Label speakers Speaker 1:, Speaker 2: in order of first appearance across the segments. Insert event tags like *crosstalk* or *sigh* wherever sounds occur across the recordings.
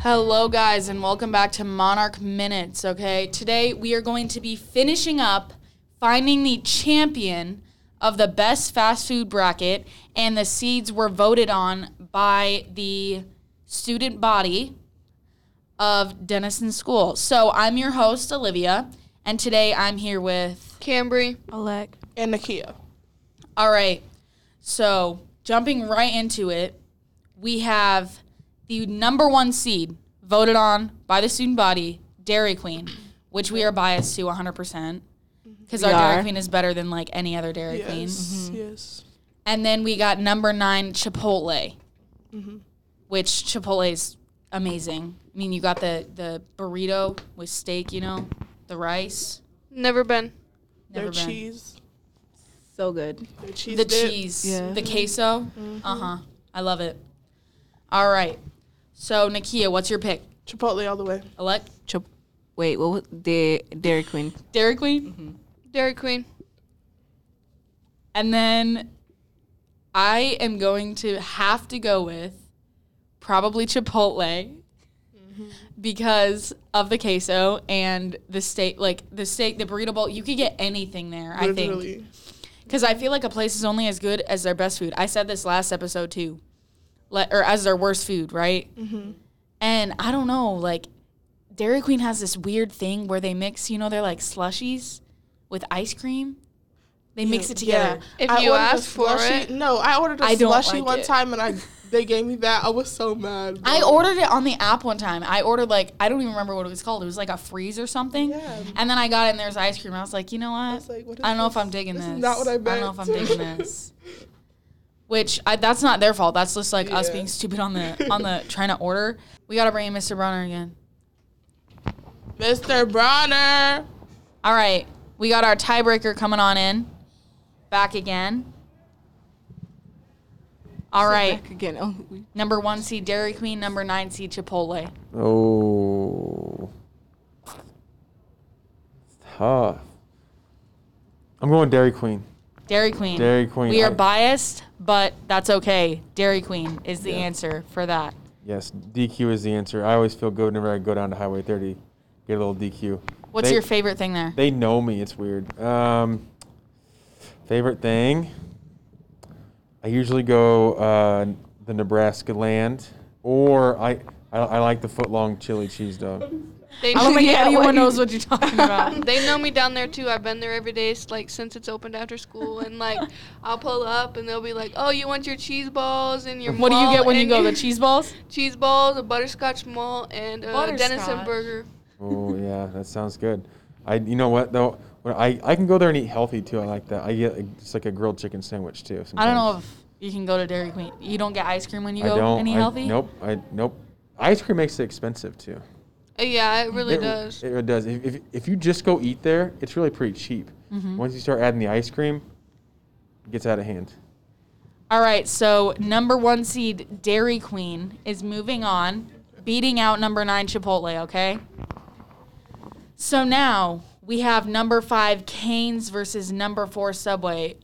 Speaker 1: Hello, guys, and welcome back to Monarch Minutes. Okay, today we are going to be finishing up finding the champion of the best fast food bracket, and the seeds were voted on by the student body of Denison School. So I'm your host, Olivia, and today I'm here with.
Speaker 2: Cambry
Speaker 3: Alec.
Speaker 2: and Nakia.
Speaker 1: All right, so jumping right into it, we have the number one seed voted on by the student body, Dairy Queen, which we are biased to 100% because our
Speaker 4: We
Speaker 1: Dairy
Speaker 4: are.
Speaker 1: Queen is better than like any other Dairy
Speaker 2: Yes, Mm-hmm.
Speaker 1: Queen.
Speaker 2: yes.
Speaker 1: And then we got number nine, Chipotle,
Speaker 2: Mm-hmm.
Speaker 1: which Chipotle is amazing. I mean, you got the, the burrito with steak, you know, the rice.
Speaker 2: Never been.
Speaker 1: Never
Speaker 2: Their
Speaker 1: been.
Speaker 2: cheese.
Speaker 4: So good.
Speaker 2: Their cheese.
Speaker 1: the
Speaker 2: dip.
Speaker 1: cheese,
Speaker 4: Yeah.
Speaker 1: the queso. Uh huh. I love it. All right. So Nakia, what's your pick?
Speaker 2: Chipotle all the way.
Speaker 1: Alec,
Speaker 4: Chip. Wait, what was the Dairy Queen?
Speaker 1: Dairy Queen,
Speaker 2: Dairy Queen.
Speaker 1: and then I am going to have to go with probably Chipotle because of the queso and the steak. Like the steak, the burrito bowl, you could get anything there. I think
Speaker 2: Literally.
Speaker 1: because I feel like a place is only as good as their best food. I said this last episode too, like or as their worst food, right?
Speaker 2: Mm-hmm.
Speaker 1: And I don't know, like Dairy Queen has this weird thing where they mix, you know, they're like slushies with ice cream. They mix it together.
Speaker 2: Yeah.
Speaker 5: If you
Speaker 2: ordered a
Speaker 5: ask for
Speaker 2: slushie-
Speaker 5: it.
Speaker 2: No, I ordered a
Speaker 1: I don't
Speaker 2: slushie
Speaker 1: like
Speaker 2: one
Speaker 1: it.
Speaker 2: time and I they gave me that. I was so mad.
Speaker 1: I
Speaker 2: bro.
Speaker 1: ordered it on the app one time. I ordered like I don't even remember what it was called. It was like a freeze or something.
Speaker 2: Yeah.
Speaker 1: And then I got it and there's ice cream. I was like, you know what? I,
Speaker 2: was like, what is
Speaker 1: don't know if
Speaker 2: this?
Speaker 1: I'm digging this.
Speaker 2: This is not what I
Speaker 1: I don't know if I'm
Speaker 2: meant.
Speaker 1: digging
Speaker 2: *laughs*
Speaker 1: this. Which I, that's not their fault. That's just like us
Speaker 2: Yeah.
Speaker 1: being stupid on the on
Speaker 2: *laughs*
Speaker 1: the trying to order. We gotta bring in Mr. Bronner again.
Speaker 2: Mr. Bronner.
Speaker 1: All right, we got our tiebreaker coming on in. Back again. All right,
Speaker 4: Back again. Oh, we-
Speaker 1: number one seed Dairy Queen, number nine seed Chipotle.
Speaker 6: Oh. Tough. I'm going Dairy Queen.
Speaker 1: Dairy Queen.
Speaker 6: Dairy Queen.
Speaker 1: We are
Speaker 6: I-
Speaker 1: biased, but that's okay. Dairy Queen is the
Speaker 6: Yeah.
Speaker 1: answer for that.
Speaker 6: Yes, DQ is the answer. I always feel good whenever I go down to Highway 30, get a little DQ.
Speaker 1: What's
Speaker 6: They-
Speaker 1: your favorite thing there? *laughs*
Speaker 6: They know me. It's weird. Um, favorite thing? I usually go uh, the Nebraska land, or I, I I like the foot long chili cheese dog.
Speaker 5: They
Speaker 1: I don't
Speaker 5: know, *laughs*
Speaker 1: think
Speaker 4: Yeah,
Speaker 1: anyone
Speaker 4: what-
Speaker 1: knows what you're *laughs* talking about.
Speaker 5: they know me down there too. I've been there every day s- like since it's opened after school and like I'll pull up and they'll be like, "Oh, you want your cheese balls and your
Speaker 1: what do you
Speaker 5: malt
Speaker 1: get when you
Speaker 5: and
Speaker 1: go?
Speaker 5: your
Speaker 1: The cheese balls?
Speaker 5: *laughs* cheese balls, a butterscotch malt and a
Speaker 1: Butterscotch.
Speaker 5: Denison burger."
Speaker 6: Oh yeah, that sounds good. I you know what though, when I I can go there and eat healthy too. I like that. I get like, just like a grilled chicken sandwich too.
Speaker 1: I don't know
Speaker 6: sometimes.
Speaker 1: if you can go to Dairy Queen. You don't get ice cream when you
Speaker 6: I
Speaker 1: go
Speaker 6: don't.
Speaker 1: any
Speaker 6: I-
Speaker 1: healthy?
Speaker 6: Nope. I nope. Ice cream makes it expensive too.
Speaker 5: Uh, yeah, it really does.
Speaker 6: It, does. If, if if you just go eat there, it's really pretty cheap.
Speaker 1: Mm-hmm.
Speaker 6: Once you start adding the ice cream, it gets out of hand.
Speaker 1: All right, so number one seed Dairy Queen is moving on, beating out number nine Chipotle, okay? So now we have number five Canes versus number four Subway.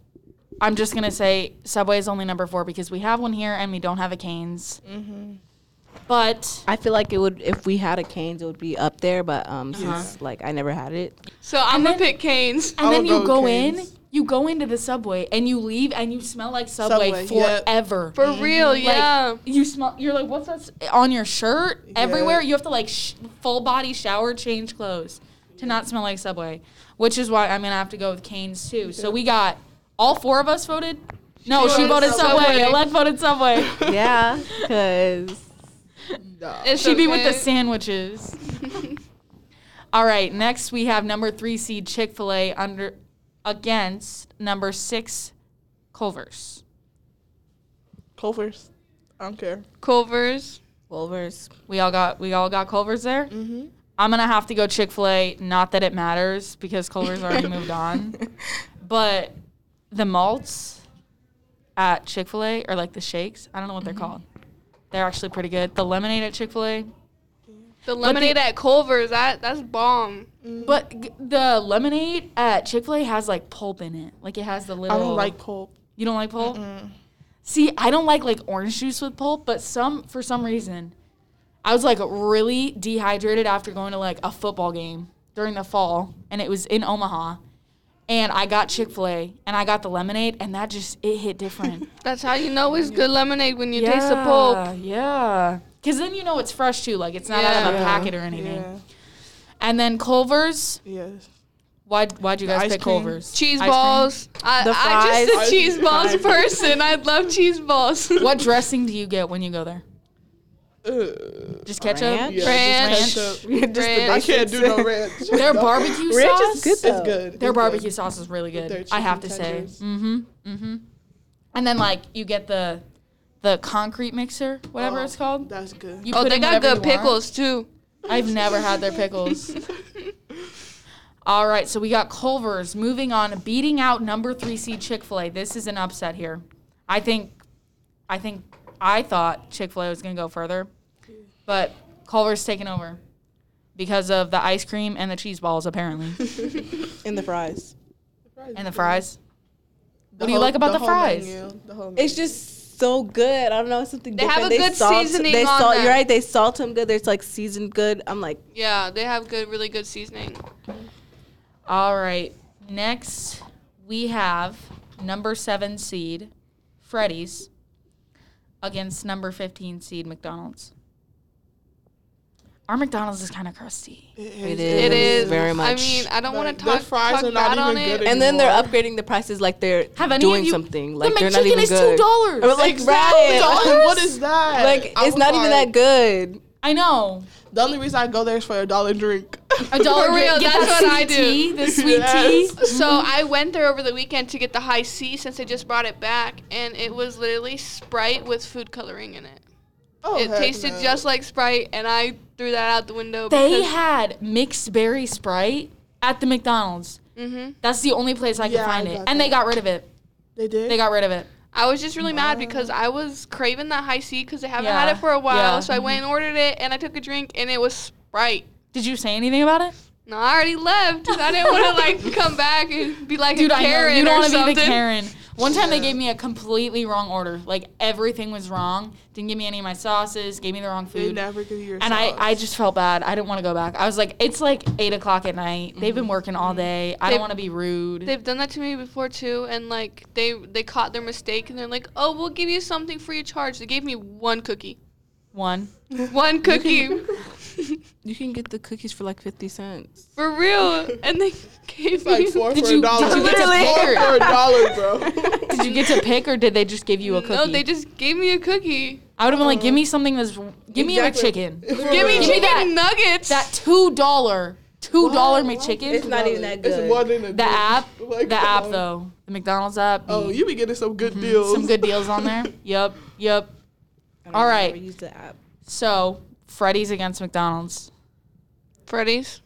Speaker 1: I'm just going to say Subway is only number four because we have one here and we don't have a Canes. But
Speaker 4: I feel like it would if we had a Canes, it would be up there. But um, since like I never had it,
Speaker 5: so I'm gonna
Speaker 1: then-
Speaker 5: pick Canes.
Speaker 1: and
Speaker 2: I
Speaker 1: then
Speaker 2: would
Speaker 1: you
Speaker 2: go
Speaker 1: go,
Speaker 2: with
Speaker 1: in,
Speaker 2: Cane's.
Speaker 1: you go into the Subway and you leave and you smell like Subway,
Speaker 2: Subway, yeah.
Speaker 1: forever.
Speaker 5: For real,
Speaker 1: Like,
Speaker 5: yeah.
Speaker 1: you smell. You're like, what's that s- on your shirt? Everywhere.
Speaker 2: Yeah.
Speaker 1: You have to like sh- full body shower, change clothes to not smell like Subway, which is why I'm gonna have to go with Canes too. So we got all four of us voted. No, she,
Speaker 5: voted
Speaker 1: voted Subway.
Speaker 5: Subway.
Speaker 1: Alec voted Subway.
Speaker 4: *laughs* yeah, because
Speaker 2: Nah.
Speaker 5: It's
Speaker 1: She'd be with the
Speaker 5: okay.
Speaker 1: sandwiches. all right. Next we have number three seed Chick Fil A under against number six Culver's.
Speaker 2: Culver's. I don't care.
Speaker 5: Culver's.
Speaker 4: Wolvers.
Speaker 1: We all got we all got Culver's there. Mm-hmm. I'm gonna have to go Chick Fil A. Not that it matters because Culver's already moved on, but the malts at Chick Fil A or like the shakes. I don't know what they're called. They're actually pretty good. The lemonade at Chick Fil A,
Speaker 5: The lemonade at Culver's, that that's bomb.
Speaker 1: but g- the lemonade at Chick Fil A has like pulp in it. Like it has the little.
Speaker 2: I don't like pulp.
Speaker 1: You don't like pulp? See, I don't like like orange juice with pulp, but some for some reason, I was like really dehydrated after going to like a football game during the fall, and it was in Omaha. And I got Chick Fil A, and I got the lemonade, and that just it hit
Speaker 2: *laughs*
Speaker 1: different.
Speaker 5: That's how you know it's good lemonade when you taste the pulp.
Speaker 1: yeah. Cause then you know it's fresh too, like it's not out of a
Speaker 5: Yeah.
Speaker 1: packet or anything. And then Culver's,
Speaker 2: Yes.
Speaker 1: why why'd you
Speaker 2: The
Speaker 1: guys
Speaker 2: ice
Speaker 1: pick
Speaker 2: cream.
Speaker 1: Culver's?
Speaker 5: Cheese
Speaker 1: Ice cream?
Speaker 5: balls. I,
Speaker 4: The
Speaker 5: I just
Speaker 4: fries.
Speaker 5: a cheese balls person. I love cheese balls.
Speaker 1: What dressing do you get when you go there?
Speaker 2: Ugh.
Speaker 1: Just ketchup.
Speaker 4: Ranch.
Speaker 2: Yeah,
Speaker 5: Ranch.
Speaker 2: just ranch.
Speaker 4: Just the
Speaker 5: Ranch.
Speaker 2: I
Speaker 4: basic
Speaker 2: can't do no
Speaker 4: stuff.
Speaker 2: ranch.
Speaker 1: Their
Speaker 2: No.
Speaker 1: barbecue
Speaker 4: Ranch
Speaker 1: sauce.
Speaker 4: is good though.
Speaker 2: *laughs* It's good.
Speaker 1: Their
Speaker 2: It's
Speaker 1: barbecue
Speaker 2: good.
Speaker 1: sauce is really
Speaker 2: With
Speaker 1: good.
Speaker 2: their
Speaker 1: I have to
Speaker 2: chicken tenders.
Speaker 1: say. Mm-hmm. Mm-hmm. And then like you get the the concrete mixer, whatever
Speaker 2: Oh,
Speaker 1: it's called.
Speaker 2: That's good.
Speaker 1: You
Speaker 5: Oh,
Speaker 1: put
Speaker 5: they
Speaker 1: in
Speaker 5: got
Speaker 1: whatever
Speaker 5: good
Speaker 1: you want.
Speaker 5: pickles too.
Speaker 1: I've never had their pickles. All right, so we got Culver's moving on, beating out number three seed Chick Fil A. This is an upset here. I think, I think, I thought Chick Fil A was going to go further, but Culver's taking over because of the ice cream and the cheese balls apparently,
Speaker 4: in the fries.
Speaker 1: and the fries.
Speaker 2: The
Speaker 1: do you like about the
Speaker 2: whole
Speaker 1: fries?
Speaker 2: menu, the whole
Speaker 4: It's
Speaker 2: menu.
Speaker 4: just so good. I don't know. It's something
Speaker 5: They have
Speaker 4: different.
Speaker 5: a good seasoning
Speaker 4: They
Speaker 5: on
Speaker 4: salt. You're
Speaker 5: them.
Speaker 4: right. They salt them good. They're like seasoned good. I'm like,
Speaker 5: Yeah, they have good, really good seasoning.
Speaker 1: All right, next we have number seven seed Freddy's against number fifteen seed McDonald's. Our McDonald's is kind of crusty.
Speaker 4: It
Speaker 5: It
Speaker 4: is
Speaker 5: is
Speaker 4: very
Speaker 5: I
Speaker 4: much.
Speaker 5: mean, I don't want
Speaker 2: Like,
Speaker 5: to
Speaker 2: their
Speaker 5: talk,
Speaker 2: fries
Speaker 5: talk
Speaker 2: are not
Speaker 5: bad on
Speaker 2: even
Speaker 5: it.
Speaker 2: good
Speaker 4: and then they're
Speaker 2: anymore.
Speaker 4: upgrading the prices like they're
Speaker 1: Have any of
Speaker 4: doing
Speaker 1: you-
Speaker 4: something. Like
Speaker 1: the
Speaker 4: they're not
Speaker 1: McChicken
Speaker 4: even
Speaker 1: is
Speaker 4: good.
Speaker 1: two dollars.
Speaker 4: I was like,
Speaker 2: Exactly.
Speaker 4: right.
Speaker 2: What
Speaker 1: *laughs*
Speaker 2: is that?
Speaker 4: Like
Speaker 2: I
Speaker 4: it's
Speaker 2: was
Speaker 4: not even that
Speaker 2: like-
Speaker 4: good.
Speaker 1: I know.
Speaker 2: The only reason I go there is for a dollar drink.
Speaker 1: A dollar.
Speaker 5: For real,
Speaker 1: get
Speaker 5: that's
Speaker 1: that
Speaker 5: what I
Speaker 1: sweet
Speaker 5: do.
Speaker 1: Tea, the sweet
Speaker 2: *laughs* Yes.
Speaker 1: tea.
Speaker 5: *laughs* So I went there over the weekend to get the high C since they just brought it back, and it was literally Sprite with food coloring in it.
Speaker 2: Oh,
Speaker 5: it
Speaker 2: heck
Speaker 5: tasted
Speaker 2: no.
Speaker 5: just like Sprite, and I threw that out the window.
Speaker 1: They
Speaker 5: because,
Speaker 1: had mixed berry Sprite at the McDonald's.
Speaker 5: hmm
Speaker 1: That's the only place I could
Speaker 2: Yeah, I
Speaker 1: find it,
Speaker 2: got
Speaker 1: and they
Speaker 2: that.
Speaker 1: got rid of it.
Speaker 2: They did.
Speaker 1: They got rid of it.
Speaker 5: I was just really mad because I was craving that high C because they haven't
Speaker 1: Yeah,
Speaker 5: had it for a while.
Speaker 1: yeah.
Speaker 5: So I went and ordered it, and I took a drink, and it was Sprite.
Speaker 1: Did you say anything about it,
Speaker 5: No, I already left. I
Speaker 1: *laughs*
Speaker 5: didn't want to like come back and be like
Speaker 1: dude?
Speaker 5: a Karen
Speaker 1: I know you
Speaker 5: or
Speaker 1: don't want to be
Speaker 5: something.
Speaker 1: the Karen. One time they
Speaker 2: Yeah.
Speaker 1: gave me a completely wrong order. Like everything was wrong. Didn't give me any of my sauces. Gave me the wrong
Speaker 2: They
Speaker 1: food.
Speaker 2: never give you your
Speaker 1: And I,
Speaker 2: sauce.
Speaker 1: I just felt bad. I didn't want to go back. I was like, it's like eight o'clock at night. They've been working all day. I
Speaker 5: Mm-hmm. They-
Speaker 1: don't want to be rude.
Speaker 5: They've done that to me before too, and like they they caught their mistake, and they're like, "Oh, we'll give you something for your charge." They gave me one cookie, *laughs*
Speaker 1: One.
Speaker 5: one
Speaker 1: *laughs*
Speaker 5: cookie,
Speaker 4: You can get the cookies for like fifty cents.
Speaker 5: for real, and they *laughs* gave
Speaker 2: It's like
Speaker 5: me
Speaker 2: four
Speaker 1: Did
Speaker 2: for
Speaker 1: you-
Speaker 2: a dollar.
Speaker 1: did you get to
Speaker 2: It's
Speaker 1: pick?
Speaker 2: four for a dollar,
Speaker 1: *laughs*
Speaker 2: bro.
Speaker 1: Did you get to pick, or did they just give you a cookie?
Speaker 5: *laughs* *laughs* no, they just gave me a cookie.
Speaker 1: I would have been like, give me something that's, give me
Speaker 2: Uh-huh. Exactly.
Speaker 1: a McChicken.
Speaker 5: Give me
Speaker 1: Give me
Speaker 5: chicken
Speaker 1: that-
Speaker 5: nuggets.
Speaker 1: That two dollar, two dollar
Speaker 2: Why?
Speaker 4: It's
Speaker 1: McChicken.
Speaker 4: not even that good.
Speaker 2: It's one in a
Speaker 1: The app,
Speaker 2: *laughs* Like,
Speaker 1: the app
Speaker 2: um,
Speaker 1: though, the McDonald's app.
Speaker 2: Oh,
Speaker 1: be
Speaker 2: you be getting some good deals.
Speaker 1: some good deals on
Speaker 2: *laughs*
Speaker 1: there. Yep, yep. All right.
Speaker 4: Use the app.
Speaker 1: So Freddy's against McDonald's.
Speaker 5: Freddy's.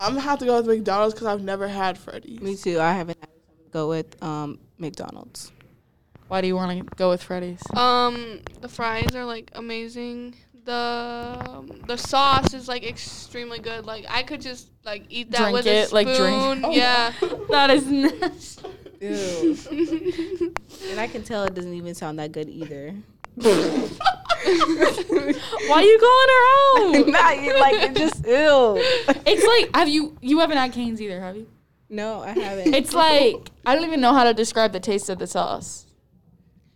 Speaker 2: I'm gonna have to go with McDonald's because I've never had Freddy's.
Speaker 4: Me too. I haven't. had it. Go with um, McDonald's.
Speaker 1: Why do you want to go with Freddy's?
Speaker 5: Um, the fries are like amazing. The um, the sauce is like extremely good. Like I could just like eat that
Speaker 1: Drink
Speaker 5: with a
Speaker 1: it, like,
Speaker 5: spoon.
Speaker 1: drink-
Speaker 5: yeah.
Speaker 1: That is nasty.
Speaker 4: Ew.
Speaker 2: *laughs*
Speaker 4: and I can tell it doesn't even sound that good either.
Speaker 1: *laughs* Why you calling her out?
Speaker 4: *laughs* *laughs* nah, you- like it just ew.
Speaker 1: *laughs* It's like, have you you haven't had Canes either, have you?
Speaker 4: *laughs* No, I haven't.
Speaker 1: It's like I don't even know how to describe the taste of the sauce.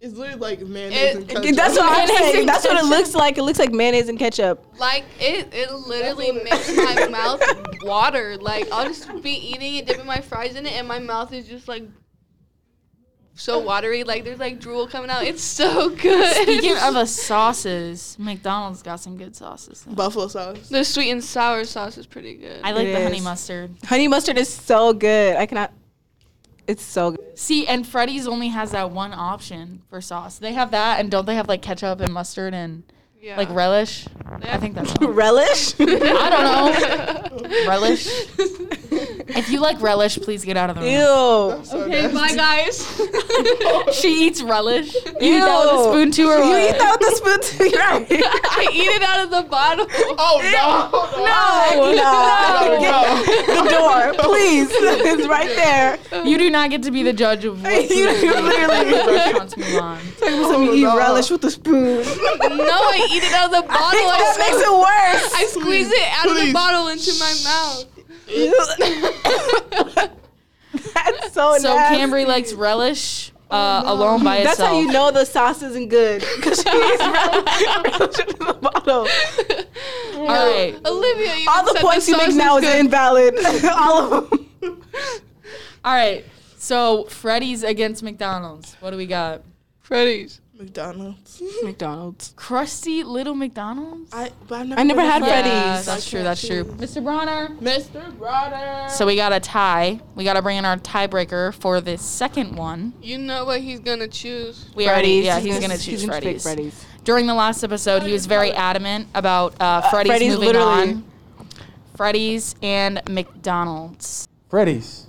Speaker 2: It's literally like mayonnaise
Speaker 5: It-
Speaker 2: and
Speaker 5: it-
Speaker 2: ketchup.
Speaker 4: that's what I'm
Speaker 1: Mayonnaise
Speaker 4: saying.
Speaker 1: and
Speaker 4: That's what it
Speaker 1: ketchup.
Speaker 4: looks like. It looks like mayonnaise and ketchup.
Speaker 5: Like it, it literally
Speaker 2: That's
Speaker 5: makes my mouth water. Like I'll just be eating it, dipping my fries in it, and my mouth is just like so watery. Like there's like drool coming out. It's so good.
Speaker 4: *laughs*
Speaker 1: Speaking of the sauces, McDonald's got some good sauces. though.
Speaker 2: buffalo sauce.
Speaker 5: *laughs* the sweet and sour sauce is pretty good.
Speaker 1: I like
Speaker 4: It
Speaker 1: the honey
Speaker 4: is.
Speaker 1: mustard.
Speaker 4: Honey mustard is so good. I cannot. It's so good. *laughs*
Speaker 1: See, and Freddy's only has that one option for sauce. They have that, and don't they have like ketchup and mustard and
Speaker 5: yeah. *laughs*
Speaker 1: like relish? I
Speaker 4: *laughs*
Speaker 5: They
Speaker 1: *laughs*
Speaker 5: have-
Speaker 1: think that's. all.
Speaker 4: Relish. *laughs*
Speaker 1: I don't know. relish. If you like relish, please get out of the room.
Speaker 4: Ew.
Speaker 2: So
Speaker 5: Okay,
Speaker 2: nasty.
Speaker 5: bye guys.
Speaker 1: *laughs* She eats relish. You eat that with a
Speaker 4: Ew.
Speaker 1: spoon too, or
Speaker 4: You eat
Speaker 1: what?
Speaker 4: that with a spoon too. *laughs*
Speaker 1: *laughs*
Speaker 4: Right.
Speaker 5: I eat it out of the bottle.
Speaker 2: Oh no! no.
Speaker 4: Oh, No, no.
Speaker 2: No.
Speaker 4: Get *laughs* the door, please. *laughs* it's right there.
Speaker 1: You do not get to be the judge of what
Speaker 4: *laughs* You literally
Speaker 1: restaurants move on.
Speaker 4: Some eat
Speaker 2: no.
Speaker 4: relish with a *laughs* spoon.
Speaker 5: No, I eat it out of the
Speaker 1: Oh,
Speaker 5: bottle.
Speaker 4: that
Speaker 5: I,
Speaker 4: makes it worse.
Speaker 5: I squeeze it out of the
Speaker 2: Please.
Speaker 5: bottle into my mouth.
Speaker 4: *laughs* That's *laughs* so,
Speaker 1: So
Speaker 4: nasty. Oh,
Speaker 1: Cambry likes relish uh, alone by
Speaker 4: That's
Speaker 1: itself.
Speaker 4: how you know the sauce isn't good. Because she eats relish *laughs* in the bottle.
Speaker 1: All right.
Speaker 5: Olivia, you
Speaker 4: All the
Speaker 5: said
Speaker 4: points you
Speaker 5: sauce
Speaker 4: make now is
Speaker 5: good.
Speaker 4: invalid. *laughs* All of them.
Speaker 1: All right. So Freddy's against McDonald's. What do we got?
Speaker 5: Freddy's.
Speaker 2: McDonald's.
Speaker 4: McDonald's.
Speaker 1: Crusty little McDonald's.
Speaker 2: I, but I never,
Speaker 4: I never
Speaker 2: heard
Speaker 4: had
Speaker 2: of
Speaker 4: Freddy's.
Speaker 1: Yes,
Speaker 2: I
Speaker 1: that's true.
Speaker 2: can't
Speaker 1: That's true.
Speaker 2: choose.
Speaker 1: Mr. Bronner.
Speaker 2: Mr. Brother. *laughs*
Speaker 1: So we got a tie. We got to bring in our tiebreaker for the second one.
Speaker 5: You know what he's gonna choose.
Speaker 1: We already, yeah, he's gonna choose Freddy's. During the last episode, he was very adamant about uh, Freddy's,
Speaker 4: Freddy's
Speaker 1: moving
Speaker 4: literally-
Speaker 1: on. Freddy's and McDonald's.
Speaker 6: Freddy's.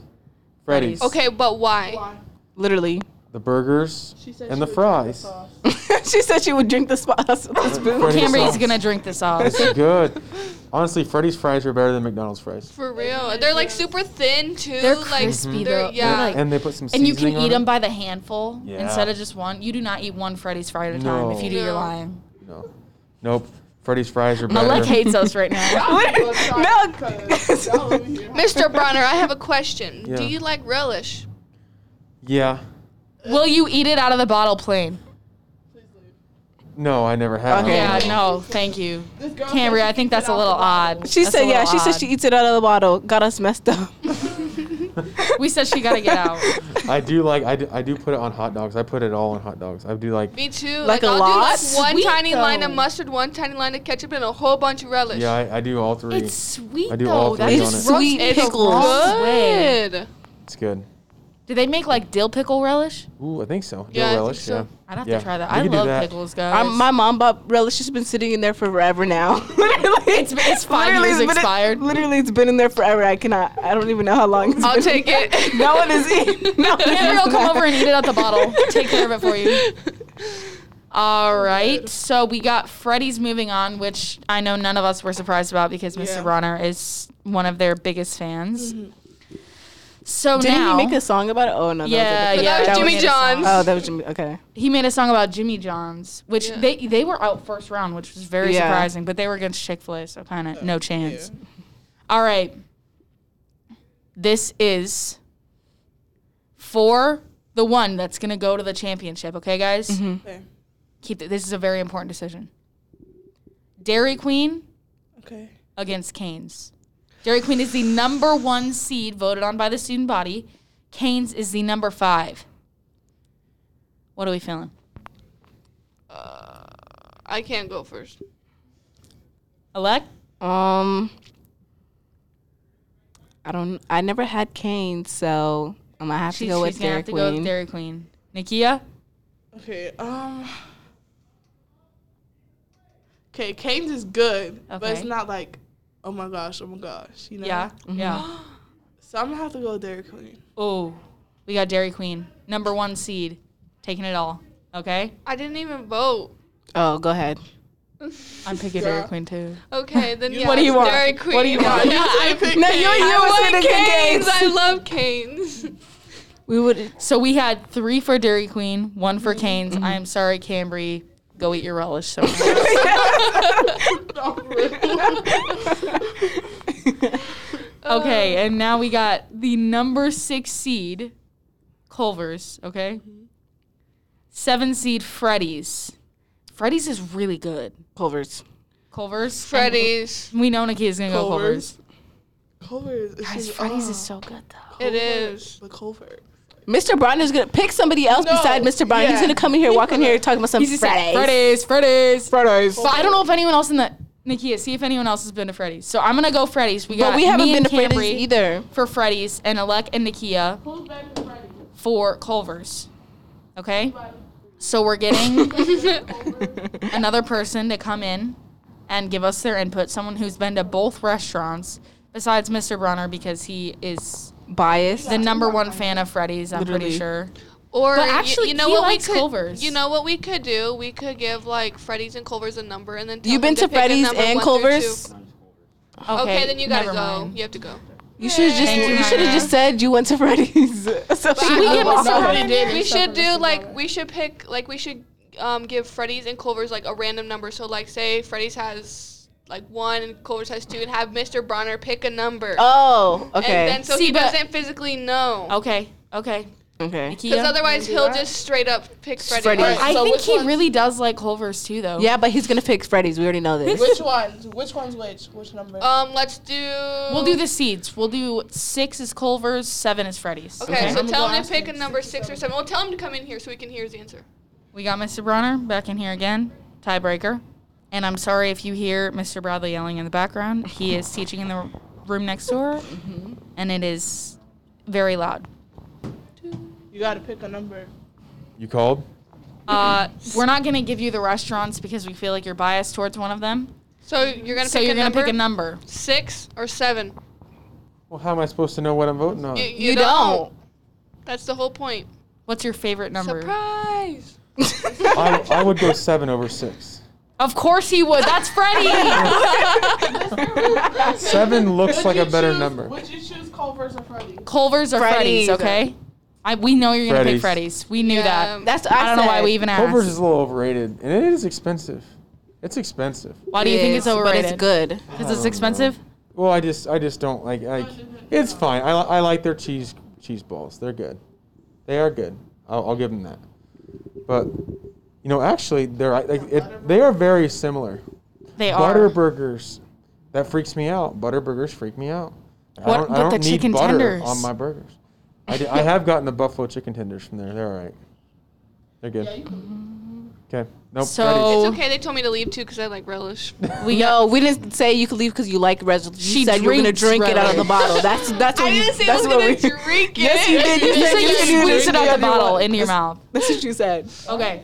Speaker 6: Freddy's.
Speaker 1: Freddy's.
Speaker 5: Okay, but why?
Speaker 2: Why?
Speaker 4: Literally. *laughs*
Speaker 6: The burgers
Speaker 2: She said
Speaker 6: and
Speaker 2: she
Speaker 6: the
Speaker 2: would take
Speaker 6: fries.
Speaker 2: sauce.
Speaker 4: she said she would drink the sauce with
Speaker 1: *laughs*
Speaker 4: a spoon.
Speaker 6: Freddy's
Speaker 1: Cambry's
Speaker 6: sauce.
Speaker 1: gonna drink the sauce.
Speaker 6: That's good. Honestly, Freddy's fries are better than McDonald's fries.
Speaker 5: For real, they're like super thin too.
Speaker 1: They're
Speaker 5: like
Speaker 1: crispy
Speaker 5: they're-
Speaker 1: though.
Speaker 5: Yeah.
Speaker 1: They're like-
Speaker 6: And they put some
Speaker 1: And
Speaker 6: seasoning
Speaker 1: you can
Speaker 6: on
Speaker 1: eat
Speaker 6: it.
Speaker 1: them by the handful
Speaker 6: Yeah.
Speaker 1: instead of just one. You do not eat one Freddy's fry at a time. If you do,
Speaker 5: No.
Speaker 1: you're
Speaker 5: No.
Speaker 1: lying.
Speaker 6: No. Nope. Freddy's fries are better.
Speaker 1: Malek hates us right
Speaker 4: *laughs*
Speaker 1: now.
Speaker 2: Cause y'all over here.
Speaker 5: Mr. Bronner, I have a question.
Speaker 6: Yeah.
Speaker 5: Do you like relish?
Speaker 6: Yeah.
Speaker 1: Will you eat it out of the bottle plain?
Speaker 6: No, I never have.
Speaker 4: Okay.
Speaker 1: Yeah, no, thank you.
Speaker 2: This girl said
Speaker 1: Cambria,
Speaker 2: she
Speaker 1: I think
Speaker 2: took it
Speaker 1: that's a
Speaker 2: out
Speaker 1: little
Speaker 2: the bottle.
Speaker 1: odd.
Speaker 4: *laughs* She
Speaker 1: That's a
Speaker 4: said, yeah,
Speaker 1: little
Speaker 4: she said
Speaker 1: odd.
Speaker 4: she eats it out of the bottle. Got us messed up.
Speaker 1: We said she gotta get out.
Speaker 6: I do like I do, I do put it on hot dogs. I put it all on hot dogs. I do like
Speaker 5: Me too.
Speaker 4: Like a
Speaker 5: I'll
Speaker 4: lot?
Speaker 5: do like one
Speaker 1: Sweet,
Speaker 5: tiny line of
Speaker 1: though.
Speaker 5: mustard, one tiny line of ketchup, and a whole bunch of relish.
Speaker 6: yeah, I, I do all three.
Speaker 1: It's
Speaker 6: It's,
Speaker 1: sweet
Speaker 6: I do
Speaker 1: though.
Speaker 6: all
Speaker 1: that
Speaker 6: three
Speaker 1: just
Speaker 6: on it.
Speaker 1: rubs
Speaker 4: Sweet
Speaker 1: me the
Speaker 4: pickles.
Speaker 1: wrong way.
Speaker 5: Good.
Speaker 6: good.
Speaker 1: Do they make like dill pickle relish?
Speaker 6: Ooh, I think so.
Speaker 5: Yeah, I
Speaker 6: Dill
Speaker 5: think
Speaker 6: relish,
Speaker 5: so.
Speaker 6: yeah.
Speaker 1: I'd have
Speaker 6: Yeah,
Speaker 1: to try that.
Speaker 6: we
Speaker 1: I
Speaker 6: could do
Speaker 1: love
Speaker 6: that.
Speaker 1: pickles, guys. *laughs*
Speaker 4: I'm, my mom bought relish. She's been sitting in there forever now. *laughs* literally,
Speaker 1: It's- it's five years
Speaker 4: been in-
Speaker 1: expired.
Speaker 4: literally, it's been in there forever. I cannot. I don't even know how long. It's
Speaker 1: *laughs*
Speaker 5: I'll
Speaker 4: been
Speaker 5: take
Speaker 4: *laughs*
Speaker 5: it.
Speaker 4: No one is eating. No one
Speaker 1: Cambria
Speaker 4: is
Speaker 1: will come over and eat it out the bottle. Take care of it for you. All right. So we got Freddy's moving on, which I know none of us were surprised about because Mr.
Speaker 2: Yeah.
Speaker 1: Bronner is one of their biggest fans. So
Speaker 4: Didn't
Speaker 1: now
Speaker 4: he make a song about it? Oh no.
Speaker 1: yeah,
Speaker 4: That was
Speaker 5: But
Speaker 1: yeah,
Speaker 5: that was
Speaker 1: he
Speaker 5: Jimmy
Speaker 1: made a song.
Speaker 5: John's.
Speaker 4: a- oh, that was Jimmy. Okay.
Speaker 1: He made a song about Jimmy John's, which
Speaker 5: Yeah.
Speaker 1: they they were out first round, which was very
Speaker 4: Yeah.
Speaker 1: surprising. But they were against Chick Fil A, so kind of no chance. All right, this is for the one that's gonna go to the championship. Okay, guys,
Speaker 2: Okay.
Speaker 1: keep th- this is a very important decision. Dairy Queen
Speaker 2: Okay.
Speaker 1: against Canes. Dairy Queen is the number one seed voted on by the student body. Canes is the number five. What are we feeling?
Speaker 5: I can't go first.
Speaker 1: Elect?
Speaker 4: Um. I don't. I never had cane, so I'm gonna have
Speaker 1: She-
Speaker 4: to go
Speaker 1: she's
Speaker 4: with
Speaker 1: gonna
Speaker 4: Dairy
Speaker 1: have to go
Speaker 4: Queen.
Speaker 1: with Dairy Queen. Nikia?
Speaker 2: Okay. Um. Okay, Canes is good, but it's
Speaker 1: Okay.
Speaker 2: not like, oh my gosh, oh my gosh, you know.
Speaker 1: Yeah. Yeah.
Speaker 2: So I'm gonna have to go with Dairy Queen.
Speaker 1: Oh, we got Dairy Queen, number one seed, taking it all. Okay,
Speaker 5: I didn't even vote.
Speaker 4: Oh, go ahead.
Speaker 1: I'm picking Dairy Queen too.
Speaker 4: *laughs*
Speaker 5: Okay, then yeah,
Speaker 4: What do you
Speaker 5: it's
Speaker 4: want?
Speaker 5: Dairy Queen. What do you
Speaker 4: want? *laughs*
Speaker 5: I pick
Speaker 4: No, *laughs* you- you was
Speaker 5: I
Speaker 4: gonna
Speaker 5: want
Speaker 4: pick Canes.
Speaker 5: Canes. I
Speaker 4: *laughs*
Speaker 5: love Canes.
Speaker 4: We would.
Speaker 1: So we had three for Dairy Queen, one for Canes. I am sorry, Cambry. Go eat your relish. So *laughs*
Speaker 4: *laughs*
Speaker 1: okay, and now we got the number six seed, Culver's. Okay, seven seed Freddy's. Freddy's is really good.
Speaker 4: Culver's.
Speaker 1: Culver's. and
Speaker 5: Freddy's.
Speaker 1: We know Nikia's gonna go Culver's.
Speaker 2: Culver's. Culver's. it's
Speaker 1: Guys,
Speaker 2: just-
Speaker 1: Freddy's
Speaker 2: ah,
Speaker 1: is so good though.
Speaker 5: It is.
Speaker 2: The Culver.
Speaker 4: Mr. Brown is gonna pick somebody else
Speaker 2: No,
Speaker 4: beside Mr. Brown. He's
Speaker 2: yeah.
Speaker 4: gonna come in here, walk in here, talking about some
Speaker 1: He's
Speaker 4: Fridays.
Speaker 1: Freddy's, Freddy's,
Speaker 4: Fridays.
Speaker 1: But I don't know if anyone else in the Nikia. See if anyone else has been to Freddy's. So I'm gonna go Freddy's. We got
Speaker 4: But we haven't
Speaker 1: me
Speaker 4: been
Speaker 1: and
Speaker 4: to Fridays
Speaker 1: Cambry
Speaker 4: either.
Speaker 1: for Freddy's and Alec and Nikia for Culver's. Okay, so we're getting another person to come in and give us their input. Someone who's been to both restaurants besides Mr. Bronner because he is
Speaker 4: biased.
Speaker 1: the number one fan of Freddy's. I'm pretty
Speaker 4: Literally.
Speaker 1: sure.
Speaker 5: Or
Speaker 1: But
Speaker 5: you-
Speaker 1: actually,
Speaker 5: you, know
Speaker 1: he
Speaker 5: what
Speaker 1: likes
Speaker 5: we could,
Speaker 1: Culver's.
Speaker 5: You know what we could do? We could give like Freddy's and Culver's a number, and then tell
Speaker 4: You've been
Speaker 5: them
Speaker 4: to
Speaker 5: pick a
Speaker 4: Freddy's
Speaker 5: number
Speaker 4: and
Speaker 5: one through
Speaker 4: Culver's.
Speaker 5: two.
Speaker 1: Okay,
Speaker 5: Okay, then you gotta
Speaker 1: never
Speaker 5: go.
Speaker 1: mind.
Speaker 5: You have to go.
Speaker 4: You should have just
Speaker 1: Thank you,
Speaker 4: you should
Speaker 1: Hannah.
Speaker 4: have just said you went to *laughs* Freddy's. so
Speaker 5: Should we
Speaker 1: Mr.
Speaker 5: get
Speaker 2: Nobody
Speaker 1: Bronner
Speaker 2: did.
Speaker 5: We
Speaker 2: except
Speaker 5: should
Speaker 2: for
Speaker 5: do
Speaker 2: Mr.
Speaker 5: like
Speaker 2: Bronner.
Speaker 5: we should pick like we should um, give Freddy's and Culver's like a random number. So like say Freddy's has like one and Culver's has two, and have Mr. Bronner pick a number.
Speaker 4: Oh,
Speaker 5: And
Speaker 4: okay.
Speaker 5: then so
Speaker 1: See,
Speaker 5: he
Speaker 1: but- Oh,
Speaker 5: doesn't physically know.
Speaker 1: Okay, okay.
Speaker 4: Okay.
Speaker 5: Because
Speaker 1: Kia?
Speaker 5: otherwise
Speaker 2: Do
Speaker 5: he'll
Speaker 2: that.
Speaker 5: just straight up pick Freddy's.
Speaker 4: Freddy's.
Speaker 2: Alright,
Speaker 1: I
Speaker 2: So
Speaker 1: think
Speaker 2: which
Speaker 1: he
Speaker 2: ones-
Speaker 1: really does like Culver's too, though.
Speaker 4: Yeah, but he's gonna pick Freddy's. We already know this.
Speaker 2: Which ones? Which one's which? Which number?
Speaker 5: Um, let's do.
Speaker 1: We'll do the seeds. We'll do six is Culver's, seven is Freddy's.
Speaker 5: Okay, so
Speaker 2: I'm
Speaker 5: tell him
Speaker 2: gonna
Speaker 5: to pick a
Speaker 2: ask
Speaker 5: number six or seven. Well, tell him to come in here so we can hear his answer.
Speaker 1: We got Mr. Bronner back in here again, tiebreaker. And I'm sorry if you hear Mr. Bradley yelling in the background. He is teaching in the r- room next door,
Speaker 5: Mm-hmm.
Speaker 1: and it is very loud.
Speaker 2: You gotta pick a number.
Speaker 6: You called?
Speaker 1: Uh, we're not going to give you the restaurants because we feel like you're biased towards one of them.
Speaker 5: So you're gonna
Speaker 1: So
Speaker 5: pick
Speaker 1: you're
Speaker 5: a
Speaker 1: going to
Speaker 5: number
Speaker 1: pick a number.
Speaker 5: six or seven.
Speaker 6: Well, how am I supposed to know what I'm voting on?
Speaker 5: you
Speaker 4: You don't.
Speaker 5: That's the whole point.
Speaker 1: What's your favorite number?
Speaker 5: Surprise!
Speaker 6: I, I would *laughs* go seven over six.
Speaker 1: Of course he would. That's Freddy.
Speaker 2: *laughs*
Speaker 5: *laughs*
Speaker 6: Seven looks like a better
Speaker 2: choose,
Speaker 6: number.
Speaker 2: Would you choose Culver's or Freddy's?
Speaker 1: Culver's or Freddy's,
Speaker 4: Freddy's.
Speaker 1: okay? I, we know you're going to pick
Speaker 6: Freddy's.
Speaker 1: Freddy's. We knew
Speaker 5: Yeah.
Speaker 1: that.
Speaker 4: *laughs* That's
Speaker 1: I don't know why
Speaker 4: said.
Speaker 1: we even asked.
Speaker 6: Culver's is a little overrated, and it is expensive. It's expensive.
Speaker 1: why do you think it's
Speaker 4: Yes,
Speaker 1: overrated?
Speaker 4: But it's good.
Speaker 1: Because it's expensive?
Speaker 6: Well, I just I just don't like like it's fine. I, li- I like their cheese cheese balls. They're good. They are good. I'll, I'll give them that. But you know, actually, they're I- like it, they are very similar.
Speaker 1: They are. *laughs*
Speaker 6: Butter burgers, that freaks me out. Butter burgers freak me out.
Speaker 1: What
Speaker 6: I don't, I
Speaker 1: about
Speaker 6: don't
Speaker 1: the
Speaker 6: need
Speaker 1: chicken
Speaker 6: butter
Speaker 1: tenders?
Speaker 6: on my burgers. I, did, I have gotten the buffalo chicken tenders from there. They're all right. They're good. Okay.
Speaker 1: So-
Speaker 6: Nope. Freddy's.
Speaker 5: It's
Speaker 1: Oh.
Speaker 5: okay. They told me to leave too because I like relish.
Speaker 4: *laughs*
Speaker 1: We
Speaker 4: No, we didn't say you could leave because you like res. You
Speaker 1: She
Speaker 4: said you were gonna
Speaker 1: drinks
Speaker 4: drink it out of the
Speaker 1: Relish.
Speaker 4: bottle. That's *laughs* that's what
Speaker 5: I
Speaker 4: you.
Speaker 5: didn't say I *laughs*
Speaker 4: that's
Speaker 5: was
Speaker 4: what
Speaker 5: gonna
Speaker 4: we-
Speaker 5: drink
Speaker 4: Yes,
Speaker 5: it.
Speaker 4: you did.
Speaker 1: You said you
Speaker 4: could
Speaker 1: squeezed it
Speaker 4: drink
Speaker 1: out the
Speaker 4: everyone.
Speaker 1: bottle into your mouth.
Speaker 4: That's what you said.
Speaker 1: Okay.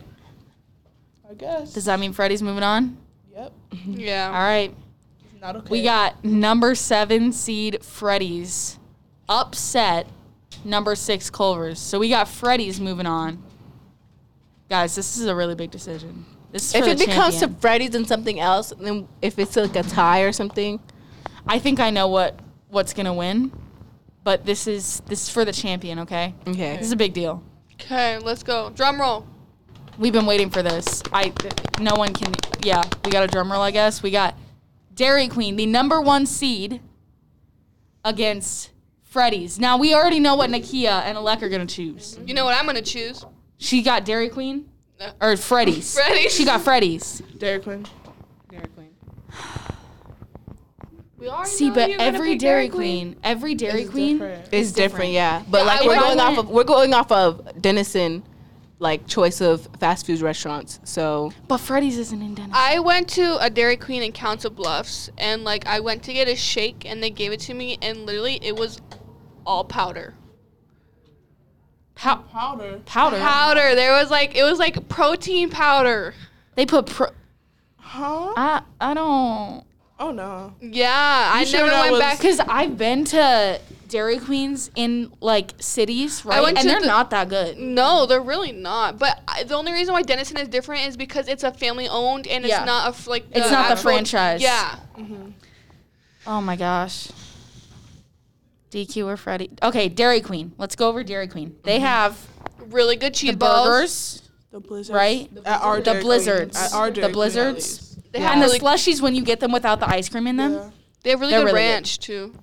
Speaker 2: I guess.
Speaker 1: Does that mean Freddy's moving on?
Speaker 2: Yep.
Speaker 1: All
Speaker 5: Yeah.
Speaker 1: right.
Speaker 2: Not okay.
Speaker 1: We got number seven seed Freddy's upset number six Culver's. So we got Freddy's moving on. Guys, this is a really big decision. This is
Speaker 4: If
Speaker 1: for
Speaker 4: it
Speaker 1: the
Speaker 4: becomes to
Speaker 1: champion.
Speaker 4: Freddy's and something else, then if it's like a tie or something,
Speaker 1: I think I know what what's gonna win, but this is this is for the champion. Okay,
Speaker 4: okay.
Speaker 1: this is a big deal.
Speaker 5: Okay, let's go. Drum roll.
Speaker 1: We've been waiting for this. I th- no one can. Yeah, we got a drum roll. I guess we got Dairy Queen, the number one seed, against Freddy's. Now we already know what Nakia and Alec are gonna choose.
Speaker 5: You know what I'm gonna choose? *laughs*
Speaker 1: She got Dairy Queen
Speaker 5: No.
Speaker 1: or Freddy's.
Speaker 5: *laughs* Freddy's.
Speaker 1: She got Freddy's.
Speaker 2: Dairy Queen.
Speaker 5: We already
Speaker 1: See,
Speaker 5: know
Speaker 1: but
Speaker 5: you're gonna
Speaker 1: every
Speaker 5: pick
Speaker 1: Dairy Queen, every Dairy
Speaker 2: It's
Speaker 1: Queen.
Speaker 2: different.
Speaker 4: It's different, yeah. But
Speaker 5: Yeah,
Speaker 4: like
Speaker 5: I
Speaker 4: we're
Speaker 5: went-
Speaker 4: going
Speaker 1: I
Speaker 4: off
Speaker 1: went-
Speaker 4: of we're going off of Denison, like choice of fast food restaurants. So
Speaker 1: But Freddy's isn't in Denver.
Speaker 5: I went to a Dairy Queen in Council Bluffs, and like I went to get a shake, and they gave it to me, and literally it was all powder.
Speaker 1: Pow-
Speaker 2: Powder.
Speaker 1: powder.
Speaker 5: Powder. There was like it was like protein powder.
Speaker 1: They put pro.
Speaker 2: Huh?
Speaker 1: I I don't.
Speaker 2: Oh no.
Speaker 5: Yeah, I
Speaker 2: sure
Speaker 5: never
Speaker 2: that
Speaker 5: went
Speaker 2: was-
Speaker 5: back.
Speaker 1: Because I've been to Dairy Queens in like cities, right?
Speaker 5: went
Speaker 1: and
Speaker 5: to
Speaker 1: they're
Speaker 5: the-
Speaker 1: not that good.
Speaker 5: No, they're really not. But I, the only reason why Denison is different is because it's a family owned and
Speaker 1: Yeah.
Speaker 5: it's not a f- like
Speaker 1: It's not the
Speaker 5: actual-
Speaker 1: franchise.
Speaker 5: Yeah,
Speaker 1: Oh my gosh. DQ or Freddy? Okay, Dairy Queen. Let's go over Dairy Queen. They have
Speaker 5: really good
Speaker 1: the
Speaker 5: cheese balls.
Speaker 1: burgers
Speaker 2: The blizzards.
Speaker 1: Right?
Speaker 2: At our
Speaker 1: The
Speaker 2: Dairy Queen.
Speaker 1: blizzards.
Speaker 2: At our
Speaker 1: The
Speaker 2: Dairy Queen, at
Speaker 1: blizzards.
Speaker 2: least.
Speaker 5: They
Speaker 4: Yeah.
Speaker 5: have
Speaker 1: and the
Speaker 5: really,
Speaker 1: slushies when you get them without the ice cream in them.
Speaker 2: Yeah.
Speaker 5: they have really
Speaker 1: they're
Speaker 5: good
Speaker 1: really good.
Speaker 5: ranch too.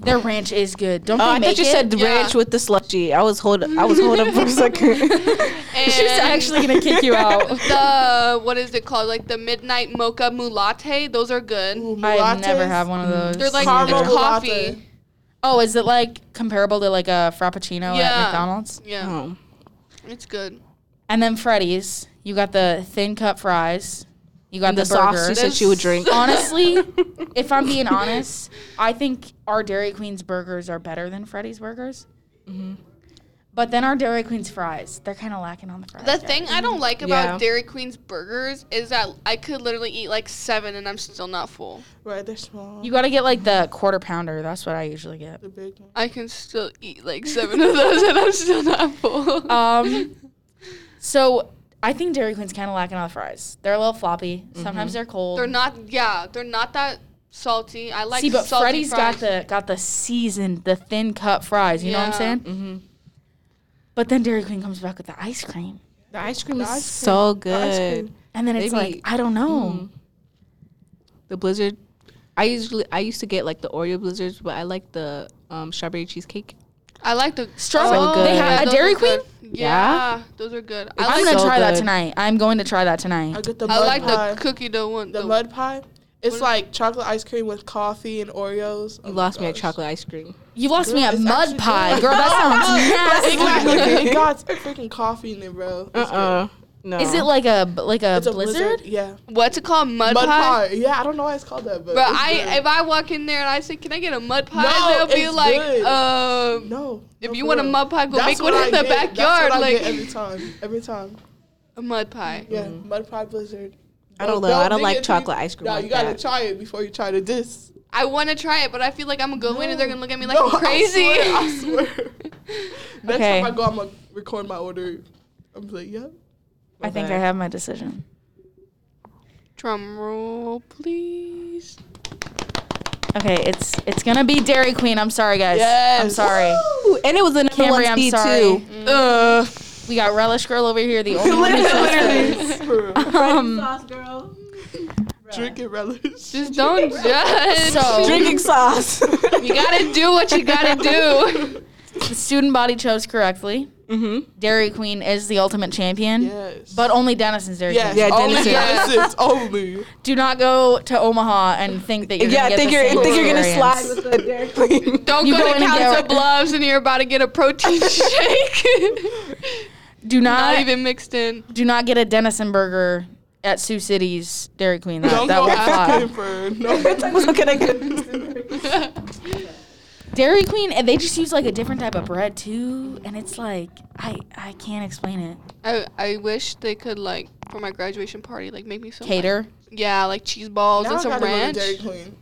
Speaker 1: Their ranch is good. Don't
Speaker 4: Oh,
Speaker 1: they
Speaker 4: I
Speaker 1: make
Speaker 4: thought you
Speaker 1: it?
Speaker 4: said the
Speaker 5: Yeah.
Speaker 4: ranch with the slushy. I was hold I was holding
Speaker 1: *laughs*
Speaker 4: up for a second.
Speaker 5: And
Speaker 1: *laughs* she's actually gonna kick you *laughs*
Speaker 4: *laughs*
Speaker 1: out.
Speaker 5: the what is it called? Like the midnight mocha mulatte. Those are good.
Speaker 2: Ooh,
Speaker 1: I've never
Speaker 2: lattes.
Speaker 1: had one of those.
Speaker 5: They're like
Speaker 2: Caramel
Speaker 5: it's coffee.
Speaker 2: latte.
Speaker 1: oh, is it like comparable to like a frappuccino
Speaker 5: Yeah.
Speaker 1: at McDonald's?
Speaker 5: Yeah,
Speaker 4: Oh.
Speaker 5: it's good.
Speaker 1: And then Freddy's. You got the thin cut fries. You got
Speaker 4: And the,
Speaker 1: the, burger.
Speaker 4: sauce *laughs* she said she would drink.
Speaker 1: Honestly, if I'm being honest, I think our Dairy Queen's burgers are better than Freddy's burgers. But then our Dairy Queen's fries, they're kind of lacking on the fries.
Speaker 5: The
Speaker 1: Jack.
Speaker 5: thing I don't like about
Speaker 4: Yeah.
Speaker 5: Dairy Queen's burgers is that I could literally eat like seven and I'm still not full.
Speaker 2: Right, they're small.
Speaker 1: You got to get like the quarter pounder. That's what I usually get.
Speaker 2: the big one.
Speaker 5: I can still eat like seven of those and I'm still
Speaker 1: *laughs*
Speaker 5: not full.
Speaker 1: Um,
Speaker 5: *laughs*
Speaker 1: so I think Dairy Queen's kind of lacking on the fries. They're a little floppy. Sometimes they're cold.
Speaker 5: they're not. Yeah, they're not that salty. I like.
Speaker 1: See, but
Speaker 5: salty
Speaker 1: Freddy's
Speaker 5: fries.
Speaker 1: got the got the seasoned, the thin cut fries. You know what I'm
Speaker 5: Yeah.
Speaker 1: saying? Mm-hmm. But then Dairy Queen comes back with the ice cream,
Speaker 4: The ice cream
Speaker 2: ice cream-
Speaker 4: is so
Speaker 2: the ice cream.
Speaker 4: good.
Speaker 1: and then it's
Speaker 4: Maybe-
Speaker 1: like I don't know.
Speaker 4: The blizzard. I usually I used to get like the Oreo blizzards, but I like the um, strawberry cheesecake.
Speaker 5: I like the
Speaker 1: Strawberry-
Speaker 4: So good.
Speaker 5: yeah,
Speaker 4: They had
Speaker 1: a
Speaker 5: those
Speaker 1: Dairy
Speaker 5: are good.
Speaker 4: Yeah.
Speaker 5: Yeah, those are good.
Speaker 4: It's
Speaker 5: I
Speaker 1: I'm
Speaker 5: like.
Speaker 1: gonna
Speaker 4: so
Speaker 1: try that
Speaker 4: good.
Speaker 1: tonight. I'm going to try that tonight.
Speaker 2: I get the
Speaker 5: I
Speaker 2: mud
Speaker 5: like
Speaker 2: pie.
Speaker 5: the cookie dough one.
Speaker 2: the
Speaker 5: the-
Speaker 2: mud pie.
Speaker 5: What-
Speaker 2: It's like chocolate ice cream with coffee and Oreos. Oh
Speaker 4: You
Speaker 2: my
Speaker 4: lost me at
Speaker 2: gosh.
Speaker 4: chocolate ice cream.
Speaker 1: You lost me
Speaker 2: Girl,
Speaker 1: at
Speaker 2: it's
Speaker 1: mud
Speaker 2: actually
Speaker 1: pie,
Speaker 2: good.
Speaker 1: girl. *laughs* That sounds nasty.
Speaker 2: Exactly. you got freaking coffee in it, bro.
Speaker 4: Uh
Speaker 2: It's
Speaker 4: uh No.
Speaker 1: Is it like a like a Uh-uh. blizzard?
Speaker 2: Yeah.
Speaker 5: What's it called? Mud,
Speaker 2: Mud,
Speaker 5: pie.
Speaker 2: pie. Yeah, I don't know why it's called that, but.
Speaker 5: But
Speaker 2: it's
Speaker 5: I,
Speaker 2: good.
Speaker 5: if I walk in there and I say, "Can I get a mud pie?"
Speaker 2: No,
Speaker 5: They'll be
Speaker 2: it's
Speaker 5: like,
Speaker 2: good.
Speaker 5: um,
Speaker 2: no.
Speaker 5: "If
Speaker 2: no,
Speaker 5: you
Speaker 2: for
Speaker 5: want a
Speaker 2: real.
Speaker 5: mud pie, go make one
Speaker 2: what
Speaker 5: in
Speaker 2: I
Speaker 5: the
Speaker 2: get. That's
Speaker 5: backyard."
Speaker 2: what I
Speaker 5: like Mm-hmm.
Speaker 2: get every time. Every time.
Speaker 5: a mud pie.
Speaker 2: Yeah. Mud pie blizzard.
Speaker 4: I don't know.
Speaker 2: They'll
Speaker 4: I don't
Speaker 2: dig
Speaker 4: like
Speaker 2: into
Speaker 4: chocolate
Speaker 2: you.
Speaker 4: ice cream
Speaker 2: No,
Speaker 4: like
Speaker 2: you gotta
Speaker 4: that.
Speaker 2: try it before you try to
Speaker 5: *laughs*
Speaker 2: diss.
Speaker 5: I want to try it, but I feel like I'm gonna go in and they're gonna look at me like
Speaker 2: No,
Speaker 5: I'm crazy.
Speaker 2: I swear. I swear. Next
Speaker 1: Okay.
Speaker 2: time I go, I'm gonna record my order. I'm just like,
Speaker 5: *laughs*
Speaker 2: yep.
Speaker 1: I think
Speaker 4: Okay.
Speaker 1: I have my decision.
Speaker 5: *laughs* Drum roll, please.
Speaker 1: Okay, it's it's gonna be Dairy Queen. I'm sorry, guys. I'm
Speaker 2: Yes.
Speaker 1: sorry.
Speaker 4: Ooh, and it was another
Speaker 1: Camry,
Speaker 4: one
Speaker 1: I'm
Speaker 4: seed
Speaker 1: sorry.
Speaker 4: too.
Speaker 5: Uh,
Speaker 1: We got Relish Girl over here, the only one who shows
Speaker 2: For real.
Speaker 5: *laughs*
Speaker 1: face. *laughs* um,
Speaker 2: Drink it, relish. *laughs*
Speaker 5: just don't judge.
Speaker 1: So-
Speaker 4: Drinking *laughs* sauce.
Speaker 5: you gotta do what you
Speaker 2: *laughs*
Speaker 5: gotta do.
Speaker 1: The student body chose correctly.
Speaker 4: Mm-hmm.
Speaker 1: Dairy Queen is the ultimate champion,
Speaker 2: Yes.
Speaker 1: but only Denison's Dairy
Speaker 2: yes.
Speaker 1: Queen.
Speaker 4: Yeah,
Speaker 2: only
Speaker 4: Denison.
Speaker 2: Dennison's only.
Speaker 1: Do not go to Omaha and think that you're
Speaker 4: Yeah,
Speaker 1: gonna
Speaker 4: I
Speaker 1: get
Speaker 4: think
Speaker 1: the
Speaker 4: you're
Speaker 1: same
Speaker 4: think you're gonna slide
Speaker 1: experience.
Speaker 4: with the Dairy *laughs* Queen.
Speaker 5: Don't
Speaker 1: You
Speaker 5: go,
Speaker 1: go
Speaker 5: to
Speaker 1: in and get
Speaker 5: Council
Speaker 1: what-
Speaker 5: Bluffs and you're about to get
Speaker 1: *laughs*
Speaker 5: a protein shake. *laughs*
Speaker 1: Do not,
Speaker 5: Not even mixed in.
Speaker 1: do not get a Denison burger at Sioux City's Dairy Queen. That,
Speaker 2: Don't
Speaker 1: that
Speaker 2: go
Speaker 1: would fly.
Speaker 2: asking for no.
Speaker 4: Looking at *laughs*
Speaker 2: *laughs*
Speaker 4: good.
Speaker 1: Dairy Queen, and they just use like a different type of bread too, and it's like I I can't explain it.
Speaker 5: I, I wish they could like for my graduation party like make me some like-
Speaker 1: Cater.
Speaker 5: yeah, like cheese balls
Speaker 2: Now
Speaker 5: and
Speaker 2: I
Speaker 5: some
Speaker 2: gotta go to
Speaker 5: ranch.
Speaker 2: Dairy Queen.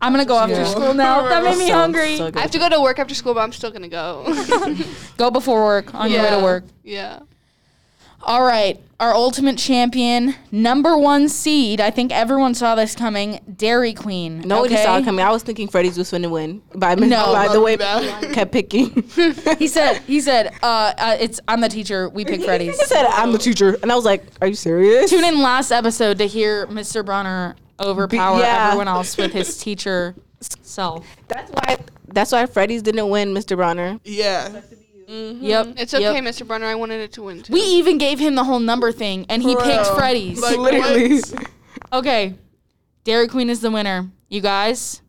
Speaker 1: I'm gonna go after
Speaker 4: Yeah.
Speaker 1: school now. That made me hungry.
Speaker 5: I have to go to work after school, but I'm still
Speaker 1: *laughs*
Speaker 5: gonna go.
Speaker 1: Go before work on your way
Speaker 5: Yeah,
Speaker 1: to work.
Speaker 5: Yeah.
Speaker 1: All right, our ultimate champion, number one seed. I think everyone saw this coming. Dairy Queen.
Speaker 4: Nobody
Speaker 1: okay?
Speaker 4: saw it coming. I was thinking Freddy's was gonna win by,
Speaker 1: No.
Speaker 4: by the way
Speaker 2: Love
Speaker 4: kept picking.
Speaker 1: He said. He said. Uh, uh, it's. I'm the teacher. We pick Freddy's.
Speaker 4: He said, "I'm the teacher," and I was like, "Are you serious?"
Speaker 1: Tune in last episode to hear Mr. Bronner overpower
Speaker 4: yeah.
Speaker 1: everyone else with his teacher self.
Speaker 4: That's why. That's why Freddy's didn't win, Mr. Bronner.
Speaker 2: Yeah.
Speaker 1: Yep.
Speaker 5: It's
Speaker 1: yep.
Speaker 5: okay, Mr. Brunner. I wanted it to win too.
Speaker 1: We even gave him the whole number thing, and he
Speaker 2: For
Speaker 1: picked
Speaker 2: real.
Speaker 1: Freddy's.
Speaker 4: *laughs*
Speaker 2: Like,
Speaker 4: Literally.
Speaker 2: what?
Speaker 1: okay, Dairy Queen is the winner. You guys,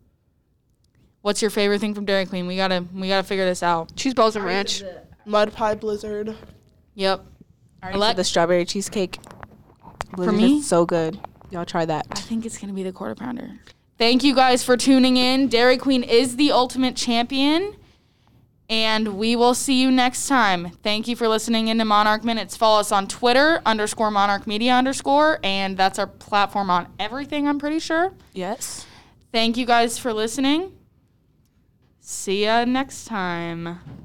Speaker 1: what's your favorite thing from Dairy Queen? We gotta we gotta figure this out.
Speaker 5: cheese balls and ranch.
Speaker 2: Mud pie blizzard.
Speaker 1: Yep.
Speaker 4: the strawberry cheesecake. For
Speaker 1: me?
Speaker 4: so good. Y'all try that.
Speaker 1: I think it's gonna be the quarter pounder. Thank you guys for tuning in. Dairy Queen is the ultimate champion. And we will see you next time. Thank you for listening into Monarch Minutes. Follow us on Twitter, underscore Monarch Media underscore, and that's our platform on everything, I'm pretty sure.
Speaker 4: Yes.
Speaker 1: Thank you guys for listening. See ya next time.